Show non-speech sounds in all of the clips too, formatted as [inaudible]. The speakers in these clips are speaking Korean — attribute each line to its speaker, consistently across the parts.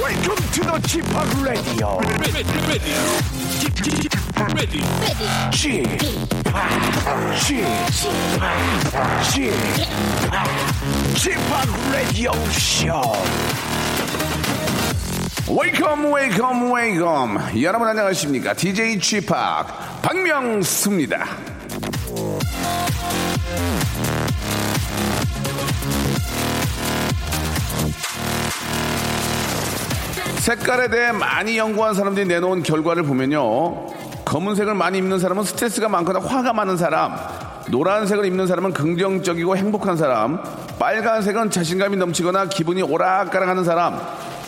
Speaker 1: Welcome to the g p o p Radio. g p g p g p Radio Show.
Speaker 2: 웨이컴 웨이컴 웨이컴 여러분 안녕하십니까 DJ g p 박명수입니다 색깔에 대해 많이 연구한 사람들이 내놓은 결과를 보면요. 검은색을 많이 입는 사람은 스트레스가 많거나 화가 많은 사람, 노란색을 입는 사람은 긍정적이고 행복한 사람, 빨간색은 자신감이 넘치거나 기분이 오락가락하는 사람,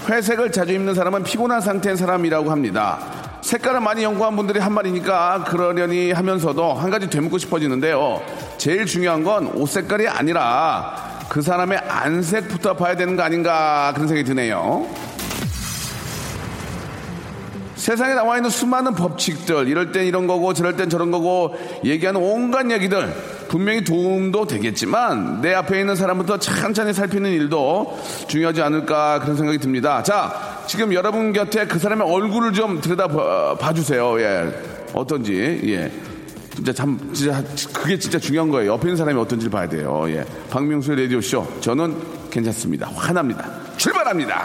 Speaker 2: 회색을 자주 입는 사람은 피곤한 상태인 사람이라고 합니다. 색깔을 많이 연구한 분들이 한 말이니까 그러려니 하면서도 한 가지 되묻고 싶어지는데요. 제일 중요한 건 옷 색깔이 아니라 그 사람의 안색부터 봐야 되는 거 아닌가 그런 생각이 드네요. 세상에 나와 있는 수많은 법칙들, 이럴 땐 이런 거고, 저럴 땐 저런 거고, 얘기하는 온갖 얘기들, 분명히 도움도 되겠지만, 내 앞에 있는 사람부터 천천히 살피는 일도 중요하지 않을까, 그런 생각이 듭니다. 자, 지금 여러분 곁에 그 사람의 얼굴을 좀 들여다 봐주세요. 예. 어떤지, 예. 진짜 참, 진짜, 그게 진짜 중요한 거예요. 옆에 있는 사람이 어떤지를 봐야 돼요. 예. 박명수의 라디오쇼. 저는 괜찮습니다. 화납니다. 출발합니다.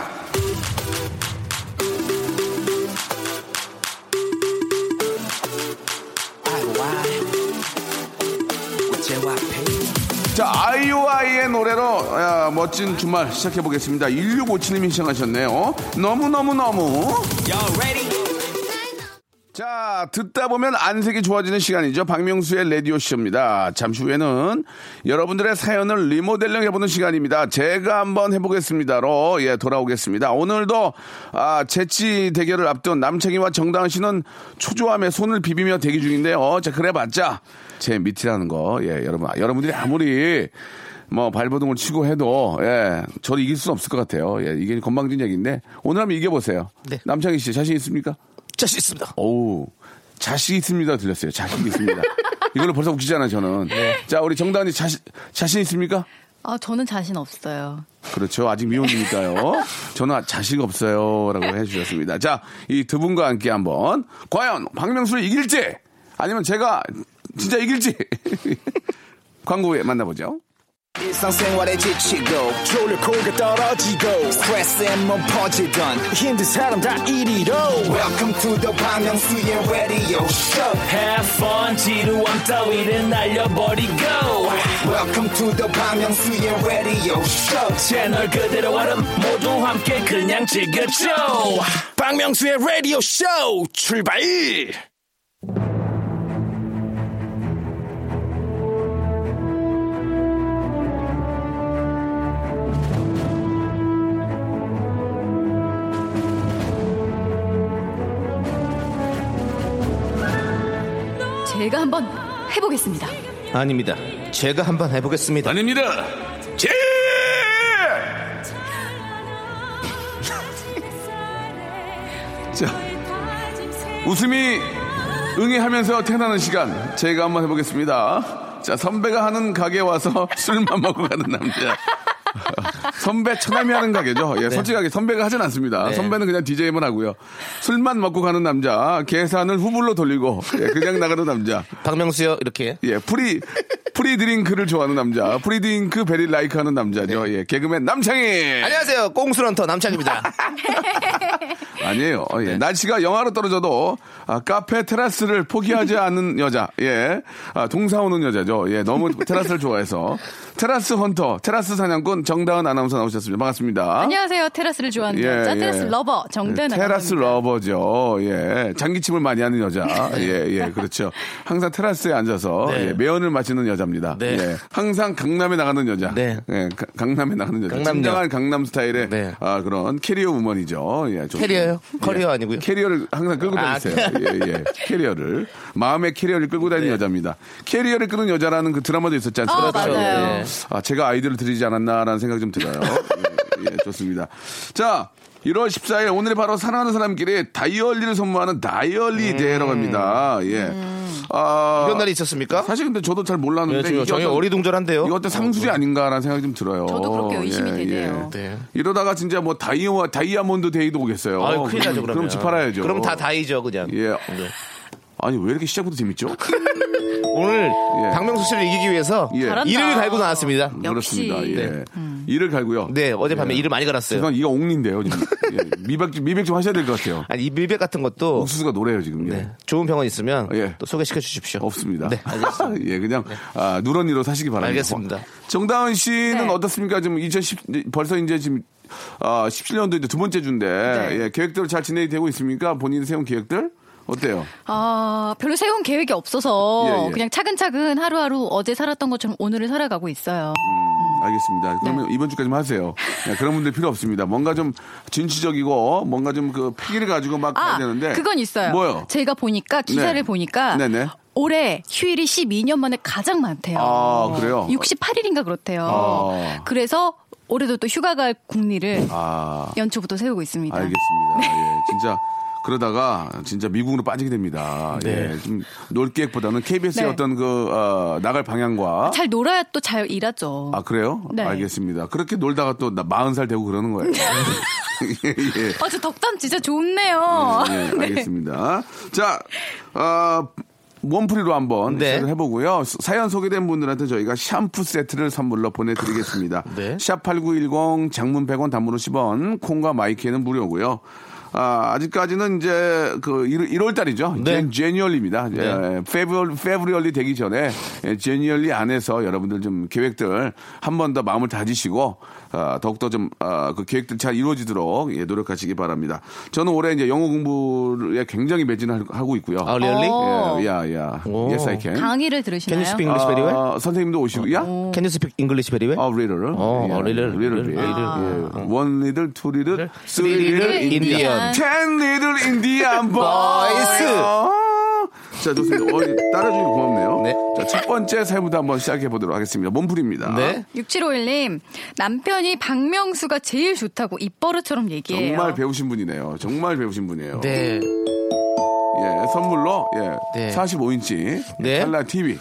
Speaker 2: 자, 아이오아이의 노래로 아, 멋진 주말 시작해 보겠습니다. 1657님이 신청하셨네요. 너무너무너무. 자, 듣다 보면 안색이 좋아지는 시간이죠. 박명수의 라디오쇼입니다. 잠시 후에는 여러분들의 사연을 리모델링 해보는 시간입니다. 제가 한번 해보겠습니다로, 예, 돌아오겠습니다. 오늘도, 아, 재치 대결을 앞둔 남창희와 정다은 씨는 초조함에 손을 비비며 대기 중인데요. 자, 그래봤자 제 밑이라는 거, 예, 여러분, 여러분들이 아무리 뭐 발버둥을 치고 해도 예 저를 이길 수는 없을 것 같아요 예 이게 건방진 얘기인데 오늘 한번 이겨보세요
Speaker 1: 네.
Speaker 2: 남창희 씨 자신 있습니까?
Speaker 1: 자신 있습니다.
Speaker 2: 오우 자신 있습니다 들렸어요. 자신 있습니다. 이걸로 벌써 웃기잖아 저는. 자 우리 정다은이 자신 자신 있습니까?
Speaker 3: 아, 저는 자신 없어요.
Speaker 2: 그렇죠. 아직 미혼이니까요. 저는 자신 없어요라고 해주셨습니다. 자 이 두 분과 함께 한번 과연 박명수를 이길지 아니면 제가 진짜 이길지 [laughs] 광고 후에 만나보죠.
Speaker 1: 일상생활에 지치고, 졸려 코가 떨어지고, 스트레스에 몸 퍼지던, 힘든 사람 다 이리로. welcome to the Bang Myung-soo's radio show
Speaker 4: Have fun 지루함 따위를 날려버리고
Speaker 1: welcome to the Bang Myung-soo's radio show
Speaker 4: 채널 그대로 와름 모두 함께 그냥 즐겨줘
Speaker 1: 박명수의 라디오 쇼 출발!
Speaker 3: 제가 한번 해보겠습니다.
Speaker 5: 아닙니다. 제가 한번 해보겠습니다.
Speaker 2: 아닙니다. 제 자, 웃음이 응애하면서 태어나는 시간 제가 한번 해보겠습니다. 자 선배가 하는 가게 와서 [laughs] 술만 먹고 가는 남자. [laughs] 선배 처남이 하는 가게죠. 예, 솔직하게 선배가 하진 않습니다. 선배는 그냥 DJ만 하고요. 술만 먹고 가는 남자, 계산을 후불로 돌리고 예, 그냥 나가는 남자.
Speaker 5: 박명수요 이렇게
Speaker 2: 예, 프리 프리 드링크를 좋아하는 남자, 프리 드링크 베리 라이크 하는 남자죠. 예, 개그맨 남창희.
Speaker 5: 안녕하세요. 꽁수런터 남창입니다.
Speaker 2: 아니에요. 어, 예. 날씨가 영하로 떨어져도 아, 카페 테라스를 포기하지 않는 여자. 예, 아, 동사 오는 여자죠. 예, 너무 테라스를 좋아해서 테라스 헌터, 테라스 사냥꾼, 정다은 아나운서 나오셨습니다. 반갑습니다.
Speaker 3: 안녕하세요. 테라스를 좋아하는
Speaker 2: 예,
Speaker 3: 여자.
Speaker 2: 예.
Speaker 3: 테라스 러버 정대나.
Speaker 2: 네, 테라스 러버죠. 예. 장기침을 많이 하는
Speaker 3: [laughs]
Speaker 2: 여자.
Speaker 3: 네.
Speaker 2: 예, 예. 그렇죠. 항상 테라스에 앉아서
Speaker 5: 네.
Speaker 2: 예, 매연을 마치는 여자입니다.
Speaker 5: 네.
Speaker 2: 예. 항상 강남에 나가는 여자.
Speaker 5: 네.
Speaker 2: 예. 가- 강남에 나가는 여자.
Speaker 5: 강남역.
Speaker 2: 당한 강남 스타일의
Speaker 5: 네.
Speaker 2: 아, 그런 캐리어 우먼이죠. 예. 좋습니다.
Speaker 5: [laughs] 캐리어요?
Speaker 2: 예.
Speaker 5: 커리어 아니고요?
Speaker 2: 캐리어를 항상 끌고
Speaker 5: 아,
Speaker 2: 다니세요. 예, 예. 캐리어를. 마음의 캐리어를 끌고
Speaker 5: 네.
Speaker 2: 다니는 여자입니다. 캐리어를 끄는 여자라는 그 드라마도 있었지 않습니까?
Speaker 3: 어, 맞아요.
Speaker 5: 예.
Speaker 2: 아, 제가 아이디어를 드리지 않았나라는 생각 좀
Speaker 5: [laughs]
Speaker 2: 들어요. 예, 예, 좋습니다. 자, 1월 14일 오늘이 바로 사랑하는 사람끼리 다이얼리를 선물하는 다이얼리 데이라고 합니다. 예. 아,
Speaker 5: 음. 이런 날이 있었습니까?
Speaker 2: 사실 근데 저도 잘 몰랐는데
Speaker 5: 예, 지금
Speaker 2: 이게
Speaker 5: 정이
Speaker 2: 어떤-
Speaker 5: 어리둥절한데요.
Speaker 2: 이거 어떤 상술이 아닌가라는 생각이 좀 들어요. 예,
Speaker 3: 저도 그렇게 의심이 되네요.
Speaker 5: 네.
Speaker 2: 이러다가 진짜 뭐 다이아 다이아몬드 데이도 오겠어요.
Speaker 5: 아유, 큰일 나죠, 그러면.
Speaker 2: 그럼 집 팔아야죠.
Speaker 5: 그럼 다 다이죠, 그냥.
Speaker 2: 예.
Speaker 5: 네.
Speaker 2: 아니 왜 이렇게 시작부터
Speaker 3: [laughs]
Speaker 2: 재밌죠?
Speaker 5: 오늘
Speaker 2: 예.
Speaker 5: 박명수 씨를 이기기 위해서
Speaker 2: 예. 잘한다.
Speaker 5: 이를 갈고 나왔습니다.
Speaker 3: 역시.
Speaker 2: 그렇습니다. 예.
Speaker 5: 네.
Speaker 3: 음.
Speaker 2: 이를 갈고요. 예.
Speaker 5: 네, 어젯밤에 이를 많이 갈았어요.
Speaker 2: 죄송 이거 옥린데요. 지금. 예, 미백 좀- 미백 좀 하셔야 될 것 같아요.
Speaker 5: 아니, 이 밀백 같은 것도
Speaker 2: 옥수수가 노래요 지금. 예.
Speaker 5: 어. 네, 좋은 병원 있으면
Speaker 2: 예.
Speaker 5: 또 소개시켜 주십시오.
Speaker 2: 없습니다.
Speaker 5: 네, 알겠습니다.
Speaker 2: [laughs] 예, 그냥 아, 누런이로 사시기 바랍니다.
Speaker 5: 알겠습니다.
Speaker 2: 정다은 씨는
Speaker 3: 네.
Speaker 2: 어떻습니까? 지금 2010 벌써 이제 지금 아, 17년도 이제 두 번째 주인데
Speaker 3: 네.
Speaker 2: 예, 계획대로 잘 진행이 되고 있습니까? 본인 세운 계획들 어때요?
Speaker 3: 아, 별로 세운 계획이 없어서
Speaker 2: 예, 예.
Speaker 3: 그냥 차근차근 하루하루 어제 살았던 것처럼 오늘을 살아가고 있어요.
Speaker 2: 음,
Speaker 3: 네.
Speaker 2: 알겠습니다. 그러면 이번 주까지만 하세요. 네, 그런 분들 필요 없습니다. 뭔가 좀 진취적이고 뭔가 좀 그 패기를 가지고 막 가야
Speaker 3: 아,
Speaker 2: 되는데
Speaker 3: 그건 있어요.
Speaker 2: 뭐요?
Speaker 3: 제가 보니까 기사를
Speaker 2: 네.
Speaker 3: 보니까
Speaker 2: 네네.
Speaker 3: 올해 휴일이 12년 만에 가장 많대요.
Speaker 2: 아, 그래요?
Speaker 3: 68일인가 그렇대요.
Speaker 2: 아.
Speaker 3: 그래서 올해도 또 휴가 갈 국리를
Speaker 2: 아,
Speaker 3: 연초부터 세우고 있습니다. 네.
Speaker 2: 알겠습니다. 예, 진짜 그러다가 진짜 미국으로 빠지게 됩니다. 예, 좀놀 계획보다는 KBS의
Speaker 3: 네.
Speaker 2: 어떤 그 어, 나갈 방향과
Speaker 3: 잘 놀아야 또 잘 일하죠.
Speaker 2: 아 그래요?
Speaker 3: 네.
Speaker 2: 알겠습니다. 그렇게 놀다가 또 나 마흔 살 되고 그러는 거예요. 예, 예.
Speaker 3: 아, 저 덕담 진짜 아, [laughs] 좋네요.
Speaker 2: 예, 알겠습니다. 자, 어, 원프리로 한번
Speaker 5: 네.
Speaker 2: 시작을 해보고요. 스- 사연 소개된 분들한테 저희가 샴푸 세트를 선물로
Speaker 3: [laughs]
Speaker 2: 보내드리겠습니다.
Speaker 5: 네.
Speaker 2: 샵8910 장문 100원 단문 10원 콩과 마이키에는 무료고요. 아, 직까지는 이제 그 1, 월달이죠
Speaker 5: 네.
Speaker 2: 제니얼리입니다. 예,
Speaker 5: 네.
Speaker 2: 페브리, 페브리얼리 되기 전에 예, 제니얼리 안에서 여러분들 좀 계획들 한 번 더 마음을 다지시고 아, 더욱더 좀 그 계획들 잘 이루어지도록 예, 노력하시기 바랍니다. 저는 올해 이제 영어 공부에 굉장히 매진하고 있고요.
Speaker 5: 아, really?
Speaker 3: 어.
Speaker 2: 예, 야, 야.
Speaker 5: 오.
Speaker 2: Yes, I can.
Speaker 3: 강의를
Speaker 5: Can you
Speaker 3: 들으시나요?
Speaker 5: speak English very well?
Speaker 2: 아, 선생님도 오시고, 야?
Speaker 3: 어.
Speaker 5: Can you speak English very well?
Speaker 2: 아, 리를.
Speaker 5: 어, 어, 리를,
Speaker 2: 리를.
Speaker 5: 리를, 아.
Speaker 2: 예. 원 리들, 투 리들, 쓰리
Speaker 5: 네. Three little
Speaker 2: 리들, 인디언.
Speaker 5: Indian.
Speaker 2: 텐 리들
Speaker 5: [laughs]
Speaker 2: 인디안 보이스. 자, 좋습니다. 어, 따라주기 고맙네요.
Speaker 5: 네.
Speaker 2: 자, 첫 번째 사연부터 한번 시작해 보도록 하겠습니다. 몸풀입니다.
Speaker 5: 네.
Speaker 3: 6751님, 남편이 박명수가 제일 좋다고 입버릇처럼 얘기해요.
Speaker 2: 정말 배우신 분이네요. 정말 배우신 분이에요.
Speaker 5: 네.
Speaker 2: 예, 선물로 예,
Speaker 5: 네.
Speaker 2: 45인치
Speaker 5: 네.
Speaker 2: 칼라 TV.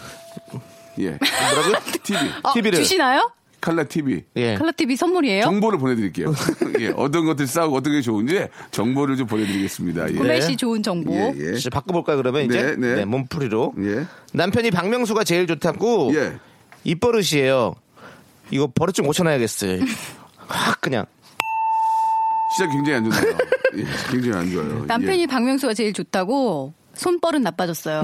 Speaker 2: 예.
Speaker 5: 뭐라고요? [laughs]
Speaker 2: TV.
Speaker 3: 어,
Speaker 5: TV를.
Speaker 3: 주시나요?
Speaker 2: 칼라 TV.
Speaker 5: 예.
Speaker 3: 칼라 TV 선물이에요?
Speaker 2: 네. 정보를 보내드릴게요. [laughs] 예, 어떤 것들 싸고 어떤 게 좋은지 정보를 좀 보내드리겠습니다.
Speaker 5: 네.
Speaker 2: 예.
Speaker 3: 구매 시 좋은 정보.
Speaker 2: 예, 예.
Speaker 5: 진짜 바꿔볼까요, 그러면 이제?
Speaker 2: 네, 네.
Speaker 5: 몸풀이로.
Speaker 2: 예.
Speaker 5: 남편이 박명수가 제일 좋다고.
Speaker 2: 예.
Speaker 5: 입버릇이에요. 이거 버릇 좀
Speaker 3: [laughs]
Speaker 5: 고쳐놔야겠어요. 확 그냥.
Speaker 2: 시작 굉장히 안
Speaker 5: [laughs]
Speaker 2: 좋네요. 예, 굉장히 안 좋아요. 예.
Speaker 3: 남편이 박명수가 제일 좋다고
Speaker 2: [laughs]
Speaker 3: 손버릇 나빠졌어요.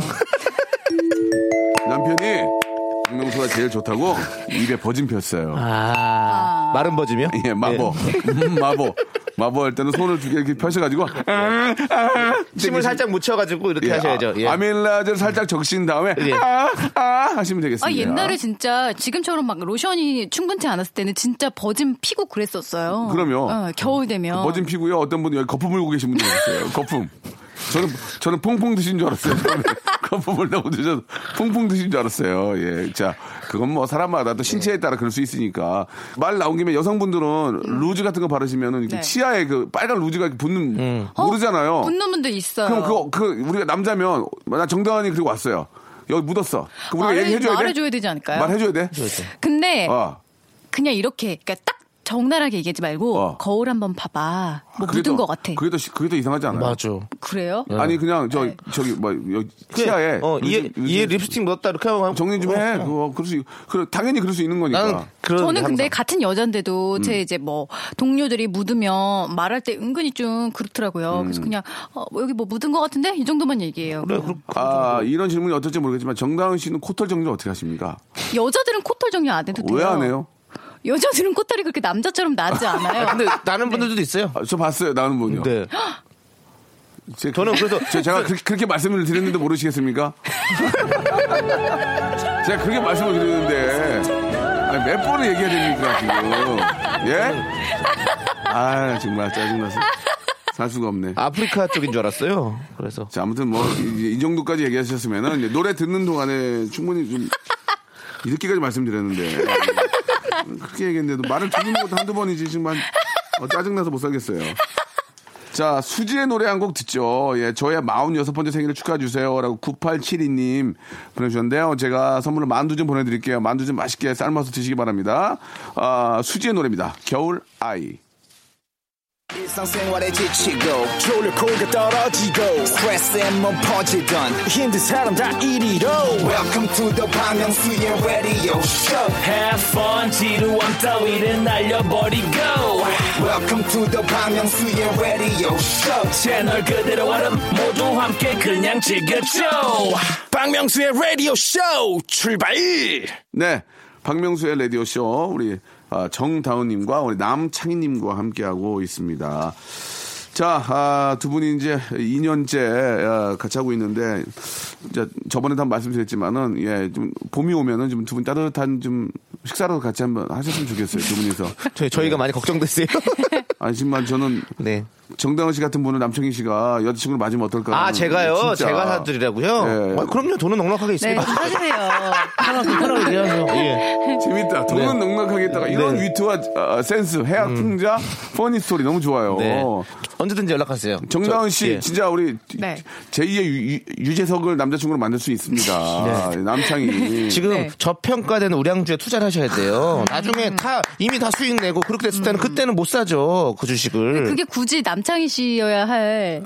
Speaker 2: 예. 남편이 박명수가 제일 좋다고 입에 버진 폈어요.
Speaker 5: 아. 마른 버짐이요?
Speaker 2: 예, 마보.
Speaker 5: 네.
Speaker 2: 음, 마보. 마보 할 때는 손을 두 개 이렇게 펴셔가지고
Speaker 5: 아,
Speaker 2: 예,
Speaker 5: 침을 살짝 묻혀가지고 이렇게 하셔야죠. 예.
Speaker 2: 아, 아밀라제를 살짝 적신 다음에
Speaker 5: 예.
Speaker 2: 아, 아 하시면 되겠습니다.
Speaker 3: 아, 옛날에 진짜 지금처럼 막 로션이 충분치 않았을 때는 진짜 버짐 피고 그랬었어요.
Speaker 2: 그럼요.
Speaker 3: 어, 겨울 되면.
Speaker 2: 버진 피고요. 어떤 분이 여기 거품 물고 계신 분도 있어요. 거품. 저는 저는 퐁퐁 드신 줄 알았어요. 처음에. [laughs] 거품을 너무 드셔서 퐁퐁 드신 줄 알았어요. 예, 자 그건 뭐 사람마다 또 신체에 따라 그럴 수 있으니까 말 나온 김에 여성분들은 루즈 같은 거 바르시면은 이렇게
Speaker 3: 음. 네.
Speaker 2: 치아에 그 빨간 루즈가 이렇게 붙는
Speaker 3: 어?
Speaker 2: 모르잖아요.
Speaker 3: 붙는 분들 있어요.
Speaker 2: 그럼 그거 그 우리가 남자면 나 정다은이 그리고 왔어요. 여기 묻었어. 그럼 우리가
Speaker 3: 말해-
Speaker 2: 얘기해줘야 돼.
Speaker 3: 말해줘야 되지 않을까요?
Speaker 2: 말해줘야 돼.
Speaker 3: 근데
Speaker 2: 아.
Speaker 3: 그냥 이렇게 그러니까 딱 정나라하게 얘기하지 말고
Speaker 2: 어.
Speaker 3: 거울 한번 봐봐. 뭐 묻은 것 같아.
Speaker 2: 그게 더, 시- 그게 더 이상하지 않아요?
Speaker 5: 맞아.
Speaker 3: 그래요?
Speaker 2: 아니 그냥 저
Speaker 3: 네.
Speaker 2: 저기 뭐 여기 치아에
Speaker 5: 어, 이에,
Speaker 2: 요즘-
Speaker 5: 이에
Speaker 2: 요즘
Speaker 5: 립스틱 넣었다 이렇게 하고.
Speaker 2: 정리 좀 해. 그거 그럴 수 그래 당연히 그럴 수 있는 거니까.
Speaker 5: 나는 그런.
Speaker 3: 저는 근데 같은 여잔데도 제 이제 뭐 동료들이 묻으면 말할 때 은근히 좀 그렇더라고요. 그래서 그냥 어, 뭐 여기 뭐 묻은 것 같은데 이 정도만 얘기해요.
Speaker 5: 그래, 그렇-
Speaker 2: 아 이런 질문이 어떨지 모르겠지만 정다은 씨는 코털 정리 어떻게 하십니까?
Speaker 3: 여자들은 코털 정리 안 해도 돼요.
Speaker 2: 왜 안 해요?
Speaker 3: 여자들은 꽃다리 그렇게 남자처럼 나지 않아요.
Speaker 5: 근데 나는
Speaker 3: 네.
Speaker 5: 분들도 있어요.
Speaker 2: 아, 저 봤어요, 나는 분요.
Speaker 5: 네.
Speaker 2: 제,
Speaker 5: 저는 그래서
Speaker 2: 제, 가 그렇게, 그렇게 말씀을 드렸는데 모르시겠습니까? [laughs] 제가 그렇게 말씀을 드렸는데 아니, 몇 번을 얘기해야 됩니까 지금? 예? 아 정말 짜증나서 살 수가 없네.
Speaker 5: 아프리카 쪽인 줄 알았어요. 그래서
Speaker 2: 자, 아무튼 뭐, 이, 이 정도까지 얘기하셨으면은, 이제 노래 듣는 동안에 충분히 좀, 이렇게까지 말씀드렸는데. 음, 그렇게 얘기했는데도 말을 듣는 것도 한두 번이지, 지금 한, 어, 짜증나서 못 살겠어요. 자, 수지의 노래 한 곡 듣죠. 예, 저의 46번째 생일을 축하해주세요. 라고 9872님 보내주셨는데요. 제가 선물로 만두 좀 보내드릴게요. 만두 좀 맛있게 삶아서 드시기 바랍니다. 아, 수지의 노래입니다. 겨울 아이.
Speaker 1: 일상생활에 지치고, 졸려 코가 떨어지고, 스트레스에 몸 퍼지던, 힘든 사람 다 이리로. welcome to the Bang Myung-soo's radio show
Speaker 4: Have fun 지루함 따위를 날려버리고
Speaker 1: welcome to the Bang Myung-soo's radio show
Speaker 4: 채널 그대로 얼음 모두 함께 그냥 즐겨줘
Speaker 5: 박명수의 라디오 쇼 출발.
Speaker 2: 네. 박명수의 라디오쇼, 우리 아, 정다운님과 우리 남창희님과 함께하고 있습니다. 자, 아, 두 분이 이제 2년째 아, 같이 하고 있는데, 이제 저번에도 한 말씀드렸지만은, 예, 좀 봄이 오면은 좀 두 분 따뜻한 좀 식사라도 같이 한번 하셨으면 좋겠어요, 두 분이서.
Speaker 5: 저희 저희가 많이
Speaker 3: [laughs]
Speaker 5: 걱정됐어요.
Speaker 2: 아니지만 저는
Speaker 5: 네.
Speaker 2: 정다은 씨 같은 분을 남창희 씨가 여자친구를 맞으면 어떨까?
Speaker 5: 아
Speaker 2: 하는
Speaker 5: 제가요.
Speaker 2: 진짜.
Speaker 5: 제가 사드리라고요.
Speaker 2: 예.
Speaker 5: 아, 그럼요. 돈은 넉넉하게
Speaker 3: 네,
Speaker 5: 있습니다.
Speaker 3: 좀 사주세요.
Speaker 5: 하나 하나 드려서.
Speaker 2: 어.
Speaker 5: 예.
Speaker 2: 재밌다. 돈은 넉넉하게 있다가 이런
Speaker 5: 네. 음.
Speaker 2: 위트와 아, 센스, 해학 풍자, 퍼니 스토리 너무 좋아요.
Speaker 5: 네. 언제든지 연락하세요.
Speaker 2: 어. 정다은
Speaker 5: 저-
Speaker 2: 씨
Speaker 5: 예.
Speaker 2: 진짜 우리
Speaker 3: 네.
Speaker 2: 제2의 유, 재석을 남자친구로 만들 수 있습니다.
Speaker 5: [laughs]
Speaker 2: 남창이
Speaker 5: 네. 지금
Speaker 3: 네. 아.
Speaker 5: 저평가된 우량주에 투자를 하셔야 돼요. 나중에 다 이미 다 수익 내고 그렇게 됐을 때는 그때는 못 사죠 그 주식을.
Speaker 3: 음. 그게 굳이 남창희 씨여야 할.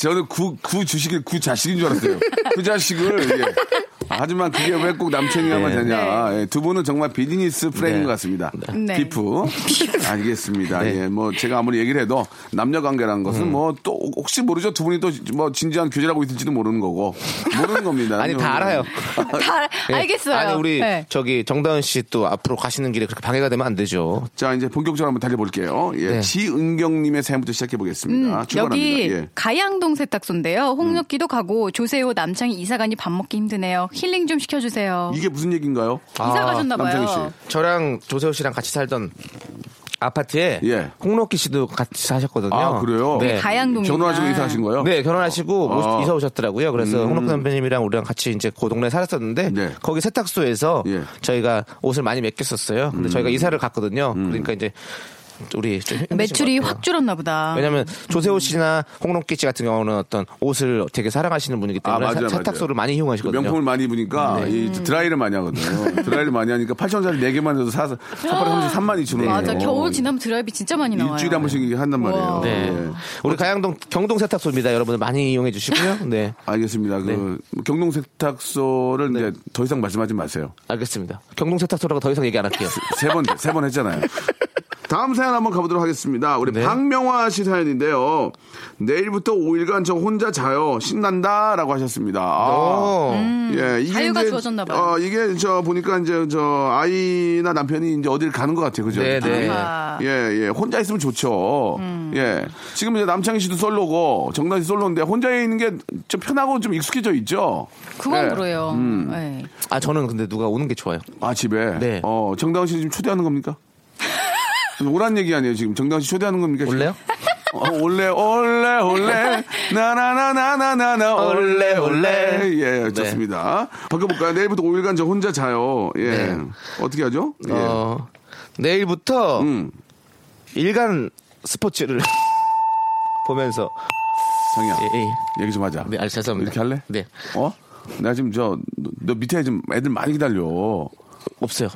Speaker 2: 저는 구, 구 주식을 구 자식인 줄 알았어요. 그 자식을 예. 아, 하지만 그게 왜 꼭 남편이야만
Speaker 5: 네.
Speaker 2: 되냐. 예, 두 분은 정말 비즈니스 프레임인
Speaker 5: 네.
Speaker 2: 것 같습니다.
Speaker 3: 네.
Speaker 2: 비프. 알겠습니다. 예, 뭐 제가 아무리 얘기를 해도 남녀 관계라는 것은
Speaker 5: 음.
Speaker 2: 뭐 또 혹시 모르죠. 두 분이 또 뭐 진지한 교제를 하고 있을지도 모르는 거고. 모르는 겁니다.
Speaker 5: [laughs] 아니 다 알아요.
Speaker 3: 다
Speaker 5: 예.
Speaker 3: 알겠어요.
Speaker 5: 아니 우리
Speaker 3: 네.
Speaker 5: 저기 정다은 씨 또 앞으로 가시는 길에 그렇게 방해가 되면 안 되죠.
Speaker 2: 자, 이제 본격적으로 한번 달려볼게요. 예,
Speaker 5: 네.
Speaker 2: 지은경님의 사연부터 시작해보겠습니다.
Speaker 3: 음,
Speaker 2: 출발합니다.
Speaker 3: 여기
Speaker 2: 예. 음.
Speaker 3: 가양동 세탁소인데요. 홍역기도 가고 조세호 남창희 이사 가니 밥 먹기 힘드네요. 힐링 좀 시켜주세요.
Speaker 2: 이게 무슨 얘기인가요?
Speaker 3: 이사
Speaker 5: 아,
Speaker 3: 가셨나
Speaker 2: 남창희
Speaker 3: 봐요.
Speaker 5: 저랑 조세호 씨랑 같이 살던 아파트에
Speaker 2: 예.
Speaker 5: 홍록기 씨도 같이 사셨거든요.
Speaker 2: 아, 그래요?
Speaker 5: 네.
Speaker 3: 가양동이
Speaker 2: 결혼하시고 이사하신 거예요?
Speaker 5: 네, 결혼하시고
Speaker 2: 아. 음.
Speaker 5: 모- 이사 오셨더라고요. 그래서 홍록 선배님이랑 우리랑 같이 이제 그 동네에 살았었는데
Speaker 2: 네.
Speaker 5: 거기 세탁소에서
Speaker 2: 예. 음.
Speaker 5: 저희가 옷을 많이 맡겼었어요. 근데 저희가 이사를 갔거든요. 그러니까 이제 우리 좀 힘드신
Speaker 3: 매출이 음.
Speaker 5: 것 같아요.
Speaker 3: 확 줄었나 보다.
Speaker 5: 왜냐면 조세호 씨나 홍록기 씨 같은 경우는 어떤 옷을 되게 사랑하시는 분이기 때문에
Speaker 2: 맞아요,
Speaker 5: 세- 세탁소를
Speaker 2: 맞아요.
Speaker 5: 많이 이용하시거든요. 네.
Speaker 2: 명품을 많이 입으니까 이
Speaker 3: 음.
Speaker 2: 드라이를 많이 하거든요. 드라이를 많이 하니까 8천원짜리 4개만 해도 4, 3만 2천 원.
Speaker 3: 맞아. 겨울 지나면 드라이비 진짜 많이 나와요.
Speaker 2: 네. 일주일에 한 번씩 한단 말이에요.
Speaker 3: 우와.
Speaker 5: 네.
Speaker 2: 예.
Speaker 5: 우리 가양동 경동 세탁소입니다. 여러분들 많이
Speaker 2: [laughs]
Speaker 5: 이용해 주시고요. 네.
Speaker 2: 알겠습니다. 그 경동 세탁소를 이제 더 이상 말씀하지 마세요.
Speaker 5: 알겠습니다. 경동 세탁소라고 더 이상 얘기 안 할게요.
Speaker 2: 세 번, 세 번 했잖아요. 다음 사연 한번 가보도록 하겠습니다. 우리
Speaker 5: 네.
Speaker 2: 박명화 씨 사연인데요. 내일부터 5일간 저 혼자 자요. 신난다. 라고 하셨습니다. 아.
Speaker 5: 어.
Speaker 2: 예, 이게
Speaker 3: 음, 자유가
Speaker 2: 이제,
Speaker 3: 주어졌나 봐요.
Speaker 2: 어, 이게 저 보니까 이제 저 아이나 남편이 이제 어딜 가는 것 같아요. 그죠?
Speaker 5: 네, 네.
Speaker 3: 아.
Speaker 2: 예, 예. 혼자 있으면 좋죠.
Speaker 3: 음.
Speaker 2: 예. 지금 이제 남창희 씨도 솔로고 정단 씨 솔로인데 혼자 있는 게 좀 편하고 좀 익숙해져 있죠.
Speaker 3: 그건
Speaker 2: 예.
Speaker 3: 그래요. 네.
Speaker 5: 아 저는 근데 누가 오는 게 좋아요.
Speaker 2: 아 집에.
Speaker 5: 네.
Speaker 2: 어 정다은 씨 지금 초대하는 겁니까? [laughs] 오란 얘기 아니에요 지금 정다은 씨 초대하는 겁니까? 지금?
Speaker 5: 올래요?
Speaker 2: 어, 올래 올래 올래 나나나나나나나 올래 올래 예
Speaker 5: 네.
Speaker 2: 좋습니다. 바꿔볼까요? 내일부터 5일간 저 혼자 자요. 예
Speaker 5: 네.
Speaker 2: 어떻게 하죠? 예.
Speaker 5: 어, 내일부터
Speaker 2: 음
Speaker 5: 일간 스포츠를 [laughs] 보면서
Speaker 2: 상이야
Speaker 5: 예, 예.
Speaker 2: 얘기 좀 하자.
Speaker 5: 네, 알 죄송합니다.
Speaker 2: 이렇게 할래?
Speaker 5: 네,
Speaker 2: 어? 나 지금 저 너 밑에 지금 애들 많이 기다려. 어,
Speaker 5: 없어요.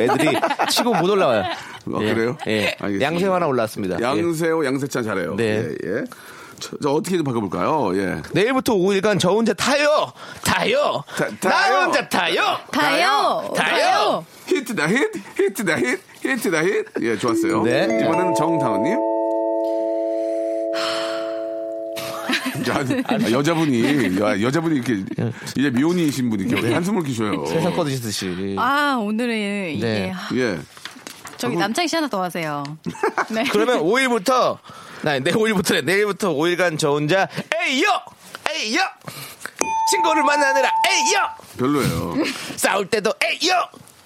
Speaker 2: [laughs]
Speaker 5: 애들이 치고 못 올라와요. 예,
Speaker 2: 아, 그래요?
Speaker 5: 예.
Speaker 2: 알겠습니다.
Speaker 5: 양세형 하나 올라왔습니다. 예.
Speaker 2: 양세호 양세찬 잘해요.
Speaker 5: 네.
Speaker 2: 예, 예. 저, 저 어떻게 좀 바꿔볼까요? 예.
Speaker 5: 내일부터 5일간 저 혼자 타요, 타요,
Speaker 2: 타- 타요!
Speaker 5: 나 혼자 타요.
Speaker 3: 다요.
Speaker 5: 다요!
Speaker 2: 히트다 힛, 히트다 힛, 히트다 힛. 예, 좋았어요.
Speaker 5: [laughs] 네.
Speaker 2: 이번에는 정다은님. 아, 여자분이 여, 여자분이 이렇게 이제 미혼이신 분이 이렇게 한숨을 키셔요.
Speaker 5: 네. 세상 꺼드시듯이.
Speaker 3: 아 오늘은 이게
Speaker 5: 네.
Speaker 3: 하,
Speaker 2: 예.
Speaker 3: 저기 남창희 씨 하나 더
Speaker 2: [laughs]
Speaker 3: 하세요. 네.
Speaker 5: 그러면 5일부터 나 내 5일부터래 내일부터 5일간 저 혼자 에이요 에이요 친구를 만나느라 에이요
Speaker 2: 별로예요.
Speaker 5: 싸울 때도 에이요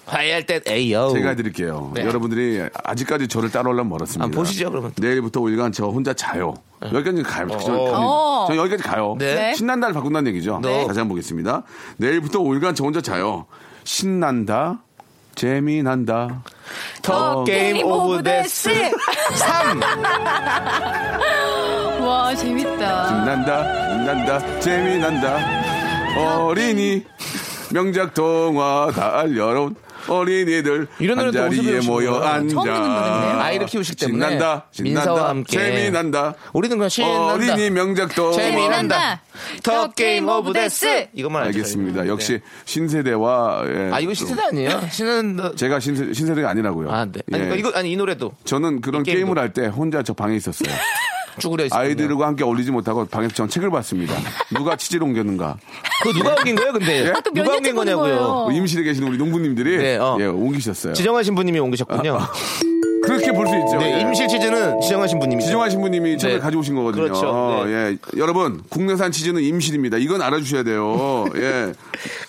Speaker 5: 화해할 때 에이요
Speaker 2: 제가 해드릴게요.
Speaker 5: 어. 네.
Speaker 2: 여러분들이 아직까지 저를 따라오려면 멀었습니다.
Speaker 5: 아, 보시죠, 그러면.
Speaker 2: 내일부터 5일간 저 혼자 자요. 여기까지 가요. 저,
Speaker 3: 어.
Speaker 2: 저 여기까지 가요.
Speaker 5: 네. 네.
Speaker 2: 신난다를 바꾼다는 얘기죠.
Speaker 5: 네.
Speaker 2: 다시 한번 보겠습니다. 내일부터 5일간 저 혼자 자요. 신난다. 재미난다.
Speaker 5: 더 게임 오브 데스 [laughs] 3
Speaker 3: 와 재밌다.
Speaker 2: 신난다. 신난다. 재미난다. 어린이. 명작 동화 다 알려온 어린이들
Speaker 5: 이런
Speaker 2: 한
Speaker 5: 노래도 어디서
Speaker 2: 자리에
Speaker 5: 배우시는
Speaker 2: 모여
Speaker 5: 거예요?
Speaker 2: 앉아
Speaker 3: 처음 듣는 노래인데요.
Speaker 5: 아이를 키우시기 때문에
Speaker 2: 신난다
Speaker 5: 민사와
Speaker 2: 신난다
Speaker 5: 함께
Speaker 2: 재미난다
Speaker 5: 우리는 그냥 신난다
Speaker 2: 어린이 명작도
Speaker 5: 재미난다 더 게임 오브 데스 이것만 알죠,
Speaker 2: 알겠습니다.
Speaker 5: 저희는.
Speaker 2: 역시
Speaker 5: 네.
Speaker 2: 신세대와 예,
Speaker 5: 아
Speaker 2: 좀-
Speaker 5: 이거 신세대 아니에요 신난다
Speaker 2: 제가 신세, 신세대가 아니라고요.
Speaker 5: 아 네. 아니
Speaker 2: 예.
Speaker 5: 이거- 이거 아니 이 노래도
Speaker 2: 저는 그런
Speaker 5: 이 게임도.
Speaker 2: 게임을 할 때 혼자 저 방에
Speaker 5: [laughs]
Speaker 2: 있었어요.
Speaker 5: 쭈그려 있어요
Speaker 2: 아이들과 함께 어울리지 못하고 방에서 전 책을 봤습니다. 누가 치질 옮겼는가?
Speaker 5: 그거 누가 옮긴 거예요 근데
Speaker 2: 예?
Speaker 3: 몇
Speaker 5: 누가
Speaker 3: 년째
Speaker 5: 옮긴
Speaker 3: 보는
Speaker 5: 거냐고요
Speaker 3: 거예요?
Speaker 2: 뭐 임실에 계신 우리 농부님들이
Speaker 5: 어. 네, 어.
Speaker 2: 예, 옮기셨어요.
Speaker 5: 지정하 신부님이 옮기셨군요
Speaker 2: 아, 그렇게 볼 수 있죠.
Speaker 5: 네,
Speaker 2: 예.
Speaker 5: 임실 치즈는 지정하 신부님이죠.
Speaker 2: 지정환 신부님이 책을
Speaker 5: 네.
Speaker 2: 가져오신 거거든요.
Speaker 5: 그렇죠.
Speaker 2: 어,
Speaker 5: 네.
Speaker 2: 예. 여러분, 국내산 치즈는 임실입니다. 이건 알아주셔야 돼요.
Speaker 5: [laughs]
Speaker 2: 예.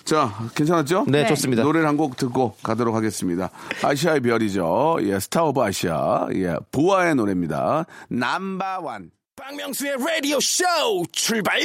Speaker 2: 자, 괜찮았죠?
Speaker 5: 네, 좋습니다.
Speaker 2: 노래를 한 곡 듣고 가도록 하겠습니다. 아시아의 별이죠. 예, 스타 오브 아시아. 예, 보아의 노래입니다. 남바완.
Speaker 4: 박명수의 라디오 쇼 출발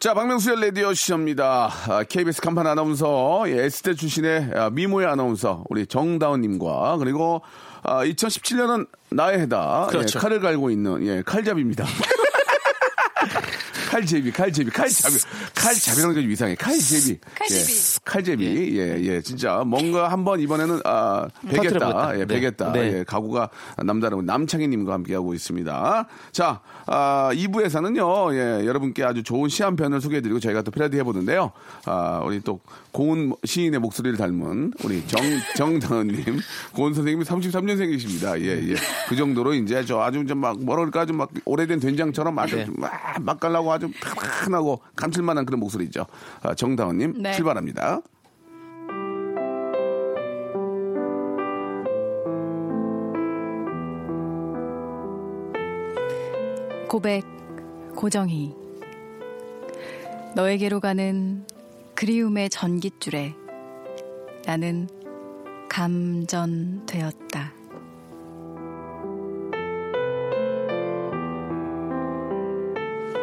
Speaker 2: 자, 박명수의 라디오 시입니다 KBS 간판 아나운서, 예, S대 출신의 아, 미모의 아나운서, 우리 정다운님과, 그리고, 2017년은 나의 해다.
Speaker 5: 그렇죠.
Speaker 2: 예, 칼을 갈고 있는, 예, 칼잡이입니다. [laughs] 칼제비, 칼제비, 칼잡이. 칼잡이라는 게 이상해. 칼제비.
Speaker 3: 칼제비.
Speaker 2: 예, 칼제비. 예, 예, 진짜. 뭔가 한번 이번에는, 아, 베겠다.
Speaker 5: 터뜨려보겠다.
Speaker 2: 예,
Speaker 5: 네.
Speaker 2: 베겠다.
Speaker 5: 네.
Speaker 2: 예, 가구가 남다른 남창희님과 함께하고 있습니다. 자, 아, 2부에서는요, 예, 여러분께 아주 좋은 시 한 편을 소개해드리고 저희가 또 패러디 해보는데요. 아, 우리 또 고은 시인의 목소리를 닮은 우리 정, 정다은님, 고은 선생님이 33년생이십니다. 예, 예. 그 정도로 이제 저 아주 좀 막, 뭐랄까, 좀 막 오래된 된장처럼 아주
Speaker 5: 네.
Speaker 2: 막, 막 갈라고 아주 편안하고 감칠만한 그런 목소리죠. 아, 정다은님,
Speaker 3: 네.
Speaker 2: 출발합니다.
Speaker 3: 고백 고정희 너에게로 가는 그리움의 전깃줄에 나는 감전되었다.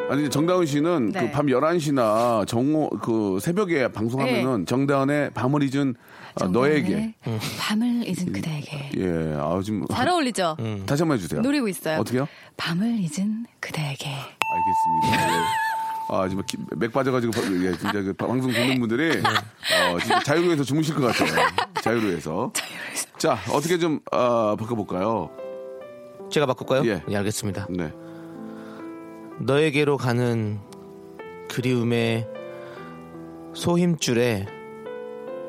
Speaker 2: 아니 정다은 씨는
Speaker 3: 네.
Speaker 2: 그 밤 11시나 정오 그 새벽에 방송하면은 정다은의 밤을 잊은 아, 너에게
Speaker 3: 네. 정관의 밤을 잊은 그대에게
Speaker 2: 예, 아 지금
Speaker 3: 잘 어울리죠?
Speaker 2: [laughs] 다시 한번 해 주세요.
Speaker 3: 노리고 있어요.
Speaker 2: 어떻게요?
Speaker 3: 밤을 잊은 그대에게
Speaker 2: 알겠습니다. 예. 아, 지금 기- 맥 빠져가지고, 바- 예, 진짜 그 바- 방송 듣는 분들이,
Speaker 3: 네.
Speaker 2: 어, 진짜 자유로에서 주무실 것 같아요.
Speaker 3: [laughs]
Speaker 2: 자유로에서. 자, 어떻게 좀, 아, 바꿔볼까요?
Speaker 5: 제가 바꿀까요?
Speaker 2: 예.
Speaker 5: 예, 알겠습니다.
Speaker 2: 네.
Speaker 5: 너에게로 가는 그리움의 소힘줄에